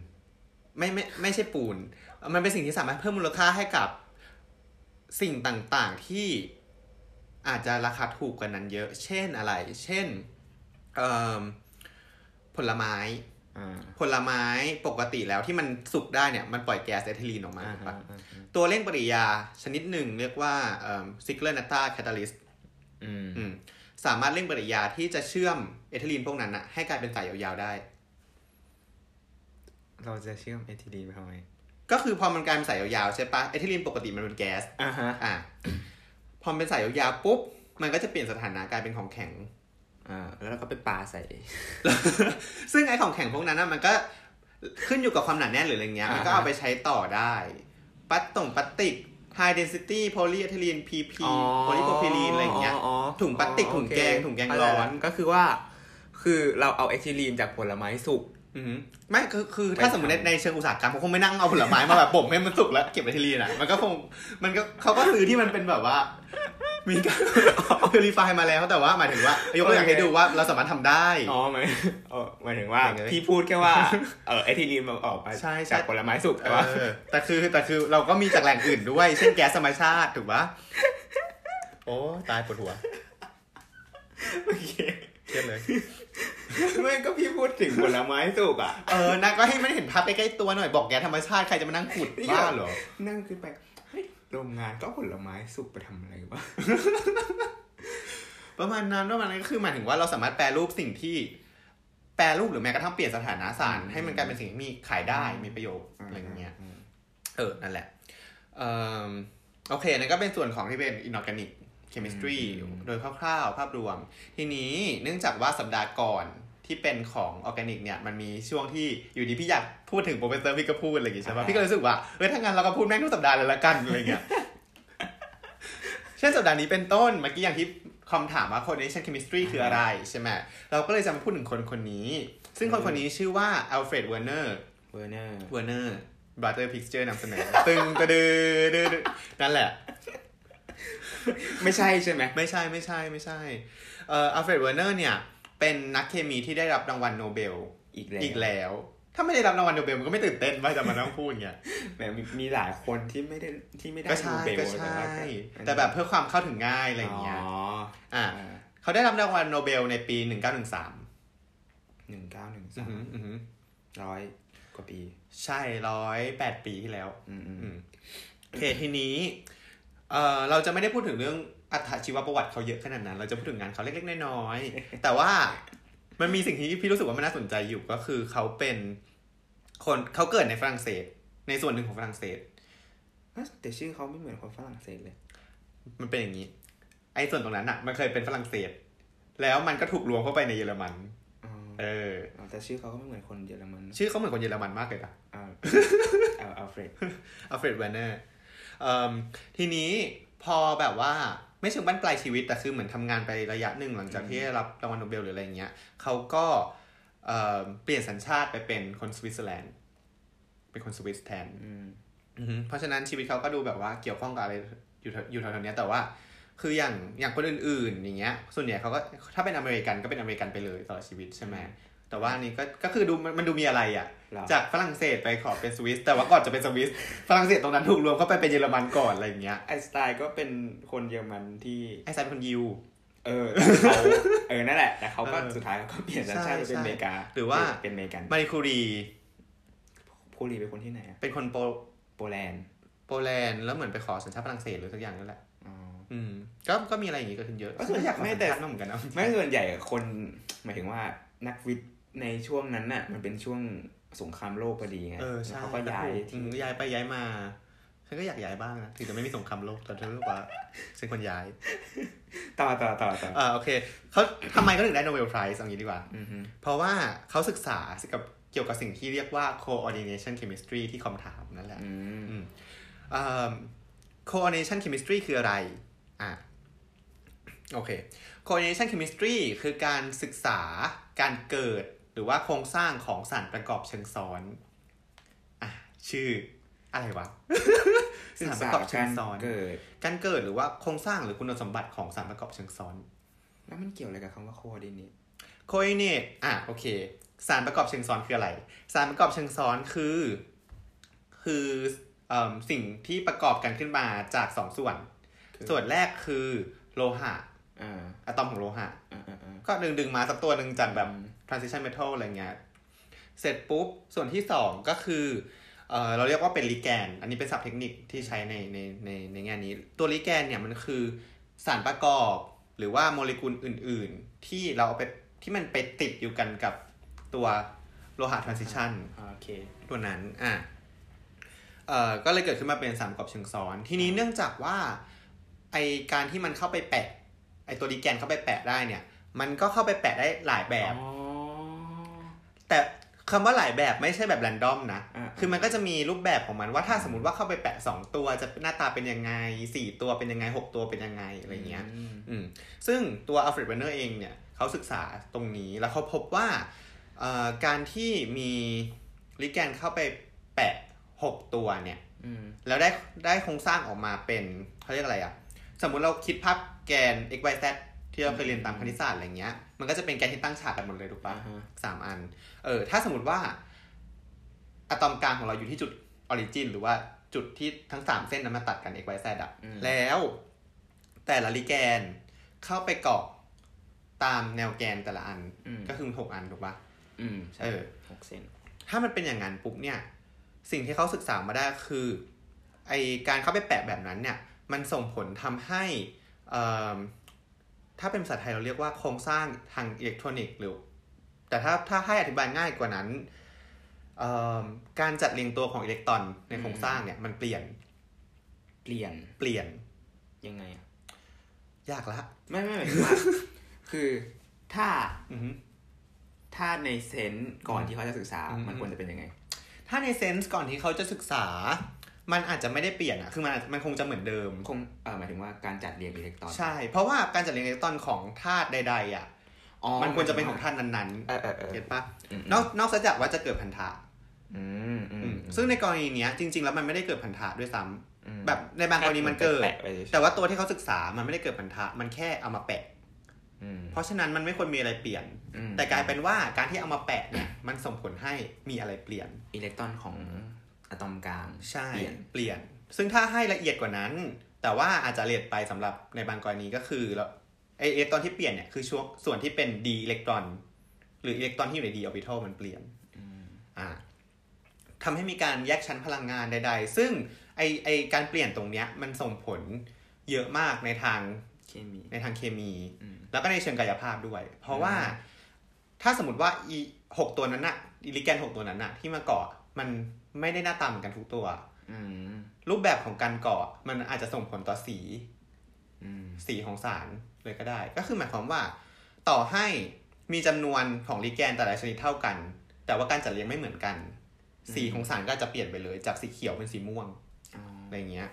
ไม่ไม่ไม่ใช่ปูน มันเป็นสิ่งที่สามารถเพิ่มมูลค่าให้กับสิ่งต่างๆที่ อาจจะราคาถูกกว่านั้นเยอะ เช่นอะไร เช่นเอิ่มผลไม้
อ่า
ผลไม้ปกติแล้วที่มันสุกได้เนี่ยมันปล่อยแก๊สเอทิลีนออกมา
อ่า
ถูก
อ่า
ปะ
อ่า
ตัวเร่งปฏิกิริยาชนิดหนึ่งเรียกว่าซิกเลอร์นัตตาแคตาลิส
อืม
สามารถเร่งปฏิกิริยาที่จะเชื่อมเอทิลีนพวกนั้นอะให้กลายเป็นสายยาวๆได้
เราจะเชื่อมเอทิลีนไปทำไม
ก็คือพอมันกลายเป็นสายยาวๆใช่ปะเอทิลีนปกติมันเป็นแก๊ส
อ่าฮะ
อ่ะพอมันเป็นสายยาวๆปุ๊บ มันก็จะเปลี่ยนสถานะกลายเป็นของแข็ง
อ่าแล้วเราก็ไปปาใส่
ซึ่งไอ้ของแข็งพวกนั้นนะมันก็ขึ้นอยู่กับความหนาแน่นหรืออะไรเงี้ย
อ่า
มันก็เอาไปใช้ต่อได้ ปัตตงปลาสติก high density polyethylene PP
อ๋อ
polypropylene อะไรอย่างเงี้ย
อ๋อ
ถุงพลาสติก
อ๋อ
ถุง
โอเค
แกงถุงแกงร้อน
ก็คือว่า คือเราเอาเอทิลีนจากผลไม้สุก
อืมไม่คือคือถ้า
ไปทำ
สมมติในในเชิงอุตสาหกรรมเขาคงไม่นั่งเอาผลไม้มาแบบบ่มให้มันสุกแล้วเก็บไว้ที่รีนะมันก็คงมันก็เขาก็ซื้อที่มันเป็นแบบว่า มีการคือรีไฟมาแล้วแต่ว่าหมายถึงว่ายกตัวอย่างให้ดูว่าเราสามารถทำได้
อ๋อหมาย เออหมายถึงว่า
อย่างเงี้ย
พี่พูดแค่ว่า เออเอทิลีนมันออกมา
ใช่ใช่
จากผลไม้สุกแต่ว่า
เออแต่คือแต่คือเราก็มีจากแหล่งอื่นด้วย เช่นแก๊สธรรมชาติถูกปะโอ้ตายปวดหัว
โอเค
เครียดเลย
ไม่ก็พี่พูดถึงผลไม้สุกอ่ะ
เออนะก็ให้มันเห็นภาพใกล้ๆตัวหน่อยบอกแก๊สธรรมชาติใครจะมานั่งขุด
นี่
บ้าเหรอ
นั่งขึ้นไปเฮ้ยโรงงานก็ผลไม้สุกไปทำอะไรวะ
ประมาณนั้นประมาณนั้นก็คือหมายถึงว่าเราสามารถแปรรูปสิ่งที่ แปรรูปหรือแม้กระทั่งเปลี่ยนสถานะสาร ให้มันกลายเป็นสิ่งที่มีขายได้มีประโยชน์อะไรอย่างเงี้ย เออ นั่นแหละเอ่มโอเค นั่นก็เป็นส่วนของที่เป็น inorganic chemistry
อืม
โดยคร่าวๆ ภาพรวม ทีนี้เนื่องจากว่าสัปดาห์ก่อนที่เป็นของออร์แกนิกเนี่ย มันมีช่วงที่อยู่ดีพี่อยากพูดถึงโปรเฟสเซอร์พี่ก็พูดอะไรอย่างงี้ใช่ปะพี่ก็รู้สึกว่า เออถ้างั้นเราก็พูดแม่งทุกสัปดาห์เลยละกัน อะไรเงี้ย เช่นสัปดาห์นี้เป็นต้น เมื่อกี้อย่างที่คำถามว่า coordination chemistry คืออะไรใช่ไหมเราก็เลยจะมาพูดถึงคนคนนี้ ซึ่งคนคนนี้ชื่อว่าอัลเฟรดเวอร์เนอร์
เวอร์เนอร์
เวอร์เนอร์บราเตอร์พิกเจอร์นำเสนอ ตึงตะดือดือดือนั่นแหละ
ไม่ใช่ใช่ไหม
ไม่ใช่ไม่ใช่ไม่ใช่เอ่ออัลเฟรดเวอร์เนอร์เนี่ย เป็นนักเคมีที่ได้รับรางวัลโนเบล
อีกแล้ว
อีกแล้ว ถ้าไม่ได้รับรางวัลโนเบลมันก็ไม่ตื่นเต้นว่าจะมานั่งพูดเงี้ย
แหมมีมีหลายคนที่ไม่ได้ที่ไม่ได้
ก็ใช่
ดูเบล
ก็ใช่
ว่า
แต่แบบเพื่อความเข้าถึงง่ายอะไรอย่างเงี้ย
อ๋อ
อ่ะเขาได้รับรางวัลโนเบลในปี 1913อ
หนึ่งเก้าหนึ่ง
ื
สา
อ
ม
หืออือหือ
ร้อยกว่าปี
ใช่ร้อยแปดปีที่แล้ว
อืมอืม
อืมโอเคทีนี้เอ่อเราจะไม่ได้พูดถึงเรื่องอัตชีวประวัติเขาเยอะขนาดนั้น เราจะพูดถึงงานเขาเล็กๆน้อย ๆ แต่ว่ามันมีสิ่งที่พี่รู้สึกว่ามันน่าสนใจอยู่ก็คือเขาเป็นคนเขาเกิดในฝรั่งเศส ในส่วนหนึ่งของฝรั่งเศส
เอ้ยแต่ชื่อเขาไม่เหมือนคนฝรั่งเศสเลย
มันเป็นอย่างนี้ ไอ้ส่วนตรงนั้นอะมันเคยเป็นฝรั่งเศส แล้วมันก็ถูกรวมเข้าไปในเยอรมัน
อ๋อ
เออ
อ๋อแต่ชื่อเขาก็ไม่เหมือนคนเยอรมันนะ
ชื่อเขาเหมือนคนเยอรมันมากเลยอะ
เอาเอาเอาเฟรด
อัลเฟรดแวนเนอร์เอิ่มทีนี้พอแบบว่าไม่เชิงบั้นปลายชีวิต แต่คือเหมือนทำงานไประยะหนึ่งหลังจากที่ได้รับรางวัลโนเบลหรืออะไรอย่างเงี้ยเขาก็เอิ่มเปลี่ยนสัญชาติไปเป็นคนสวิตเซอร์แลนด์ เป็นคนสวิสแทน
อืม
อือฮึเพราะฉะนั้นชีวิตเขาก็ดูแบบว่าเกี่ยวข้องกับอะไรอยู่แถวอยู่แถวๆเนี้ยแต่ว่าคืออย่างอย่างคนอื่นๆอย่างเงี้ยส่วนใหญ่เขาก็ถ้าเป็นอเมริกันก็เป็นอเมริกันไปเลยตลอดชีวิตใช่ไหมแต่ว่าอันนี้ก็ก็คือดูมันมันดูมีอะไรอ่ะ
หรอ
จากฝรั่งเศสไปขอเป็นสวิสแต่ว่าก่อนจะเป็นสวิสฝรั่งเศสตรงนั้นถูกรวมเข้าไปเป็นเยอรมันก่อนอะไรอย่างเงี้ย
ไอน์สไตล์ก็เป็นคนเยอรมันที่
ไอ้สายเป็นคนยิว
เอ อแต่เขาเออนั่นแหละ แต่เขาก็
เออ
สุดท้ายเขาก็เปลี่ยนสัญชาติไปเป็น
ใช่
อเมริกา
หรือว่า
เป็นอเมริกัน
มาริคูรี
ผู้รีเป็นคนที่ไหนอะ
เป็นคนโป
โปแลนด์
โปแลนด์แล้วเหมือนไปขอสัญชาติฝรั่งเศสหรือสักอย่างนั่นแหละ
อ๋อ
อืมก็ก็มีอะไรอย่างงี้เกิดขึ้นเยอะ
ก็คือ
อยากขอ
ไม่
สัญ
แต่
ชาติมากเหมือนกันเนาะ
ไม่ส่วนใหญ่คนหมายถึงว่านักวิทย์ในช่วงนั้นน่ะ มันเป็นช่วงสงครามโลกพอดีไง
เออใช่
เขาก็ย้าย
อื
ที่
มย้ายไปย้ายมาฉันก็อยากย้ายบ้างนะถึงจะไม่มีสงครามโลกแต่ฉันรู้สึก ว่าฉันควรย้าย
ต่อต่อต่อต่อ
อ่าโอเคเขาทำไมเขาถึงได้โนเบลไพรส์เอางี้ดีกว่า
อือฮึ
เพราะว่าเขาศึกษากับเกี่ยวกับสิ่งที่เรียกว่า coordination chemistry ที่คำถามนั่นแหละ
อืม
เอ่อ coordination chemistry คืออะไร อ่ะ โอเค coordination chemistry คือการศึกษาการเกิดหรือว่าโครงสร้างของสารประกอบเชิงซ้อน อ่ะ ชื่ออะไร วะ
ศึก
สารป
ษา
ระกอบเชิ
กาง ร
ซ้อน
เกิด
การเกิดหรือว่าโครงสร้างหรือคุณสมบัติของสารประกอบเชิงซ้อน
แล้วมันเกี่ยวอะไรกับคำว่าโคดิเนต
coordinate อ่ะ โอเค สารประกอบเชิงซ้อนคืออะไร สารประกอบเชิงซ้อนคือ คือเอิ่มสิ่งที่ประกอบกันขึ้นมาจากสองส่วน
คือ
ส่วนแรกคือ โลหะ
อ่า
อะตอมของโลหะ
อ่าอ่าอ่า
ก็ดึงดึงมาสักตัวหนึ่งจากแบบ transition metal อะไรเงี้ย เสร็จปุ๊บ ส่วนที่สองก็คือเออเราเรียกว่าเป็นลิแกน อันนี้เป็นศัพท์เทคนิคที่ใช้ในในในในแง่นี้ ตัวลิแกนเนี่ยมันคือสารประกอบ หรือว่าโมเลกุลอื่น ๆ ที่เราเอาไปที่มันไปติดอยู่กันกับตัวโลหะ transition
อ่าโอเค
ตัวนั้น อ่ะ เอ่อ ก็เลยเกิดขึ้นมาเป็นสามกรอบเชิงซ้อน ทีนี้เนื่องจากว่า ไอการที่มันเข้าไปแปะ ไอตัวดีแกนเข้าไปแปะได้เนี่ย มันก็เข้าไปแปะได้หลายแบบ
อ๋อ
แต่คำว่าหลายแบบไม่ใช่แบบแรนดอมนะ
อ่า
คือมันก็จะมีรูปแบบของมันว่าถ้าสมมติว่าเข้าไปแปะสองตัวจะหน้าตาเป็นยังไงสี่ตัวเป็นยังไงหกตัวเป็นยังไงอะไรเงี้ย
ม
อืมซึ่งตัวอัลเฟรดเบนเนอร์เองเนี่ยเขาศึกษาตรงนี้แล้วเขาพบว่าเอ่อการที่มีลิแกนเข้าไปแปะ 6 ตัวเนี่ย
อืม
แล้วได้ได้โครงสร้างออกมาเป็นเขาเรียกอะไรอะสมมุติเราคิดภาพแกน x y z ที่เราเคยเรียนตามคณิตศาสตร์อะไรเงี้ย มันก็จะเป็นแกนที่ตั้งฉากกันหมดเลยถูก
อ่า
ปะ
ฮะ
สามอัน เออ ถ้าสมมติว่าอะตอมกลางของเราอยู่ที่จุดออริจินหรือว่าจุดที่ทั้งสามเส้นนั้นมาตัดกัน x y z อ่ะ แล้วแต่ละลิแกนเข้าไปเกาะตามแนวแกนแต่ละอัน
อืม
ก็คือหกอันถูกปะ
อืม
เออ
หกเส้น
ถ้ามันเป็นอย่างนั้นปุ๊บเนี่ย สิ่งที่เขาศึกษามาได้คือ ไอการเข้าไปแปะแบบนั้นเนี่ย มันส่งผลทำให้เอิ่มถ้าเป็นภาษาไทยเราเรียกว่าโครงสร้างทางอิเล็กทรอนิกส์หรือ แต่ถ้าถ้าให้อธิบายง่ายกว่านั้นเอิ่มการจัดเรียงตัวของอิเล็กตรอนในโครงสร้างเนี่ยมันเปลี่ยน
เปลี่ยน
เปลี่ยน
ยังไงอ่ะ
ยากละ
ไม่ไม่หมายถึง ว่า คือถ้า
อือหือ
ถ้าในเซนส์ก่อนที่เขาจะศึกษา
อืม
มันควรจะเป็นยังไง
ถ้าในเซนส์ก่อนที่เขาจะศึกษา มันอาจจะไม่ได้เปลี่ยนอะคือมันอาจมันคงจะเหมือนเดิม
คงเออหมายถึงว่าการจัดเรียงอิเล็กตรอน
ใช่ เพราะว่าการจัดเรียงอิเล็กตรอนของธาตุใด ๆ อ่ะ
อ๋อ
มันควรจะเป็นของท่านนั้น
เออเออเอ
ๆ
อ
เก็ตปะ
ม
นอกนอกจากว่าจะเกิดพันธะ
อืมอืมอืม
ซึ่งในกรณีเนี้ยจริง ๆ แล้วมันไม่ได้เกิดพันธะด้วยซ้ำ
อืม
แบบในบางกรณีมันเกิด
แปะไปเฉยๆ
แต่ว่าตัวที่เขาศึกษามันไม่ได้เกิดพันธะมันแค่เอามาแปะ
อืม
เพราะฉะนั้นมันไม่ควรมีอะไรเปลี่ยน
อืม
แต่กลายเป็นว่าการที่เอามาแปะเนี่ยมันส่งผลให้มีอะไรเปลี่ยน
อิเล็กตรอนของอะตอมกลาง
ใช่
เปลี่ยน
เปลี่ยน ซึ่งถ้าให้ละเอียดกว่านั้น แต่ว่าอาจจะละเอียดไปสำหรับในบางกรณีก็คือแล้วไออิเล็กตรอนที่เปลี่ยนเนี่ยคือช่วงส่วนที่เป็นดีอิเล็กตรอน หรืออิเล็กตรอนที่อยู่ในดีออร์บิทัลมันเปลี่ยน
อืม
อ่าทำให้มีการแยกชั้นพลังงานใด ๆ ซึ่งไอไอการเปลี่ยนตรงเนี้ยมันส่งผลเยอะมากในทาง
เคมี
ในทางเคมี
อืม
แล้วก็ในเชิงกายภาพด้วย เพราะว่า
อืม
ถ้าสมมติว่าอีหกตัวนั้นอะอิลิแกนหกตัวนั้นอะที่มาเกาะมันไม่ได้หน้าตาเหมือนกันทุกตัว
อืม
รูปแบบของการเกาะมันอาจจะส่งผลต่อสี
อืม
สีของสารเลยก็ได้ ก็คือหมายความว่า ต่อให้มีจำนวนของลิแกนแต่ละชนิดเท่ากัน แต่ว่าการจัดเรียงไม่เหมือนกัน สีของสารก็จะเปลี่ยนไปเลย จากสีเขียวเป็นสีม่วง
อ๋อ
อะไรเงี้ย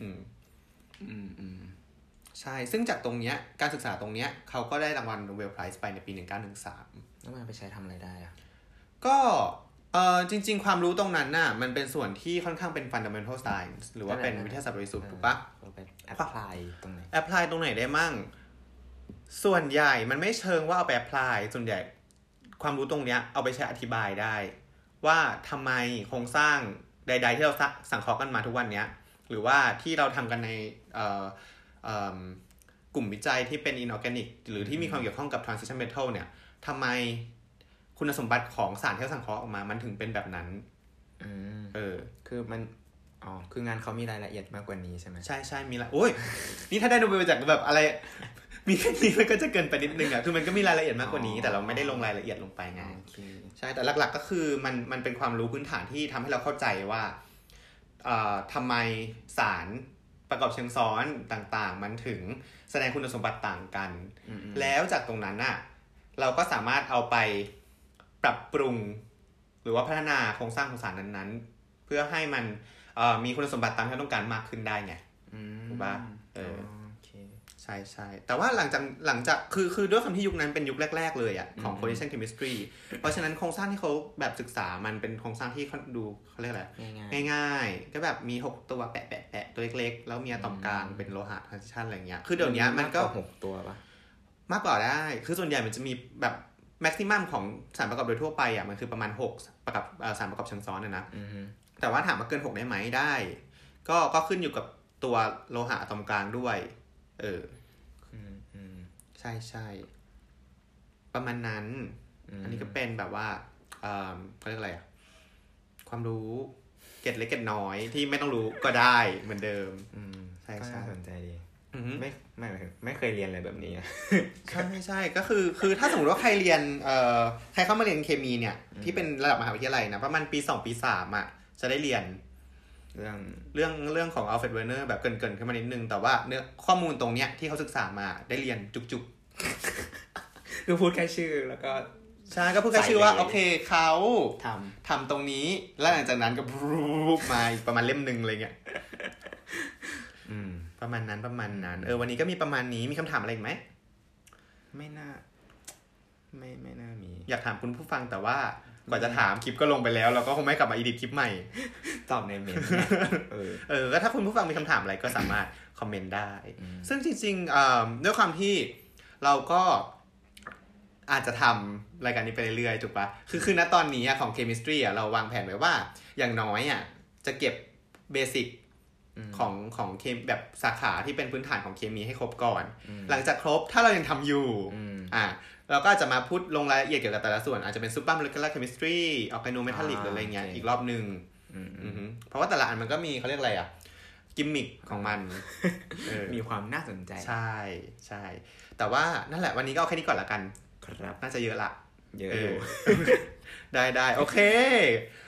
อืม
อืมอืม
ใช่ ซึ่งจากตรงเนี้ย การศึกษาตรงเนี้ยเขาก็ได้รางวัลโนเบลไพรส์ไปในปี 1913
แล้วมันเอาไปใช้ทำอะไรได้อ่ะ
ก็เออจริง ๆ ความรู้ตรงนั้นน่ะ มันเป็นส่วนที่ค่อนข้างเป็น fundamental science หรือว่าเป็นวิทยาศาสตร์บริสุทธิ์ถูกปะ
เราไปแอพพลายตรงไหน
แอพพลายตรงไหนได้มั่ง ส่วนใหญ่มันไม่เชิงว่าเอาไปแอพพลาย ส่วนใหญ่ความรู้ตรงเนี้ยเอาไปใช้อธิบายได้ ว่าทำไมโครงสร้างใด ๆ ที่เราสะสังเคราะห์กันมาทุกวันเนี้ย หรือว่าที่เราทำกันในเอ่อเอิ่มกลุ่มวิจัยที่เป็นอินออร์แกนิกหรือที่มีความเกี่ยวข้องกับ transition metal เนี่ยทำไมคุณสมบัติของสารที่เราสังเคราะห์ออกมา มันถึงเป็นแบบนั้น
อืม
เออ
คือมันอ๋อคืองานเขามีรายละเอียดมากกว่านี้ใช่ไหม
ใช่ใช่มีละโอ้ย นี่ถ้าได้โนเบลจากแบบอะไร มีแค่นี้มันก็จะเกินไปนิดนึงอ่ะ คือมันก็มีรายละเอียดมากกว่านี้
อ๋อ
แต่เราไม่ได้ลงรายละเอียดลงไปไง
โอเค
ใช่ แต่หลัก ๆ ก็คือมันมันเป็นความรู้พื้นฐานที่ทำให้เราเข้าใจว่าเอ่อทำไมสารประกอบเชิงซ้อนต่างๆ มันถึงแสดงคุณสมบัติต่างกัน
อืมอืม
แล้วจากตรงนั้นอ่ะ เราก็สามารถเอาไปปรับปรุง หรือว่าพัฒนาโครงสร้างของสารนั้นๆ เพื่อให้มันเอ่อมีคุณสมบัติตามที่เราต้องการมากขึ้นได้ไง
อืม
ถูกปะเออ
โอเค
ใช่ใช่แต่ว่าหลังจากหลังจากคือคือด้วยความที่ยุคนั้นเป็นยุคแรก ๆ เลยอะของ
อืม
collision chemistry เพราะฉะนั้นโครงสร้างที่เขาแบบศึกษามันเป็นโครงสร้างที่เขาดูเขาเรียกอะไร
ง่ายๆ
ง่าย ๆ ก็แบบมี 6 ตัวแปะแปะแปะตัวเล็กๆ แล้วมีอะตอมกลางเป็นโลหะ transition อะไรเงี้ย คือเดี๋ยวเนี้ยมันก็
หกตัวปะ
มากกว่าได้ คือส่วนใหญ่มันจะมีแบบ maximum ของสารประกอบโดยทั่วไปอะมันคือประมาณ 6 ประกอบเอ่อสารประกอบเชิงซ้อนนะนะ
อืม
แต่ว่าถามว่าเกิน 6 ได้ไหมได้ ก็ก็ขึ้นอยู่กับตัวโลหะอะตอมกลางด้วย เออ
ค
ใช่ใช่ประมาณนั้น อันนี้ก็เป็นแบบว่าเอ่อเขาเรียกอะไรอะความรู้เกร็ดเล็กเกร็ดน้อยที่ไม่ต้องรู้ก็ได้เหมือนเดิม
อืม
ใช่
ก็
ใช่
น่าสนใจดี
อือฮึ
ไม่ไม่หมายถึงไม่เคยเรียนอะไรแบบนี้อะ
ใช่ใช่ก็คือคือถ้าสมมติว่าใครเรียนเอ่อใครเข้ามาเรียนเคมีเนี่ย ที่เป็นระดับมหาวิทยาลัยนะประมาณปีสองปีสามอ่ะ จะได้เรียน
เรื่อง
เรื่องเรื่องของอัลเฟรดเวอร์เนอร์แบบเกรินๆขึ้นมานิดนึง แต่ว่าเนื้อข้อมูลตรงเนี้ยที่เขาศึกษามาได้เรียนจุก
คือพูดแค่ชื่อแล้วก็
ๆ ใช่ก็พูดแค่ชื่อว่า
ใส่เลย
โอเคเขา
ทำ
ทำตรงนี้ แล้วหลังจากนั้นก็บรูปมาอีกประมาณเล่มหนึ่งอะไรเงี้ย
อืม
ประมาณนั้นประมาณนั้นเออวันนี้ก็มีประมาณนี้มีคำถามอะไรอีกไหม
ไม่น่า ไม่ไม่น่ามี
อยากถามคุณผู้ฟังแต่ว่ากว่าจะถามคลิปก็ลงไปแล้วเราก็คงไม่กลับมาอีดิทคลิปใหม่
ตอบในเมนต์เออ
เออก็ถ้าคุณผู้ฟังมีคำถามอะไรก็สามารถ คอมเมนต์ได้
อืม
ซึ่งจริงๆเอ่อด้วยความที่เราก็อาจจะทำรายการนี้ไปเรื่อยๆ ถูกปะคือคือณตอนนี้อะของเคมิสตรีอะเราวางแผนไว้ว่า อย่างน้อยอ่ะจะเก็บเบสิกของของเคมแบบสาขาที่เป็นพื้นฐานของเคมีให้ครบก่อน หลังจากครบถ้าเรายังทำอยู่
อืม
อ่ะเราก็อาจจะมาพูดลงรายละเอียดเกี่ยวกับแต่ละส่วน อาจจะเป็นซูเปอร์โมเลกุลาร์เคมิสตรีออร์แกโนเมทัลลิกหรืออะไรเงี้ย
โอเค
อีกรอบหนึ่ง
อืม
อื
อืม
อฮึเพราะว่าแต่ละอันมันก็มีเขาเรียกอะไรอ่ะ กิมมิคของมันเออ
มีความน่าสนใจ
ใช่ใช่ แต่ว่านั่นแหละวันนี้ก็เอาแค่นี้ก่อนละกัน
ครับ
น่าจะเยอะละ
เยอะ
เอ
อ
อ
ยู่
ได้ได้โอเค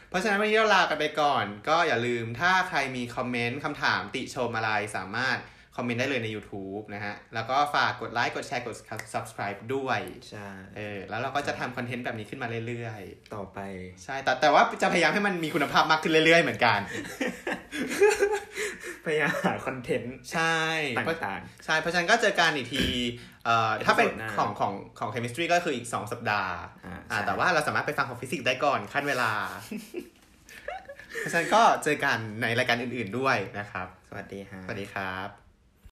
เพราะฉะนั้นวันนี้เราลากันไปก่อน ก็อย่าลืมถ้าใครมีคอมเมนต์คำถามติชมอะไรสามารถคอมเมนต์ได้เลยใน YouTube นะฮะ แล้วก็ฝากกดไลค์กดแชร์กด subscribe ด้วย
ใช่
เออแล้วเราก็จะทำคอนเทนต์แบบนี้ขึ้นมาเรื่อย
ต่อไป
ๆ ใช่แต่แต่ว่าจะพยายามให้มันมีคุณภาพมากขึ้นเรื่อยๆ เหมือนกัน
พยายามหาคอนเทนต์
ใช่
ต่าง
ใช่ เพราะฉะนั้นก็เจอกันอีกทีเอ่อถ้าเป็น
Episode หน้า
ของของของ chemistry ก็คืออีก 2 สัปดาห์
อ่า
อ่า
ใช่
แต่ว่าเราสามารถไปฟังของฟิสิกส์ได้ก่อนขั้นเวลา เพราะฉะนั้นก็เจอกันในรายการอื่นๆด้วยนะครับ
ๆ สวัสดีฮะ
สวัสดีครับ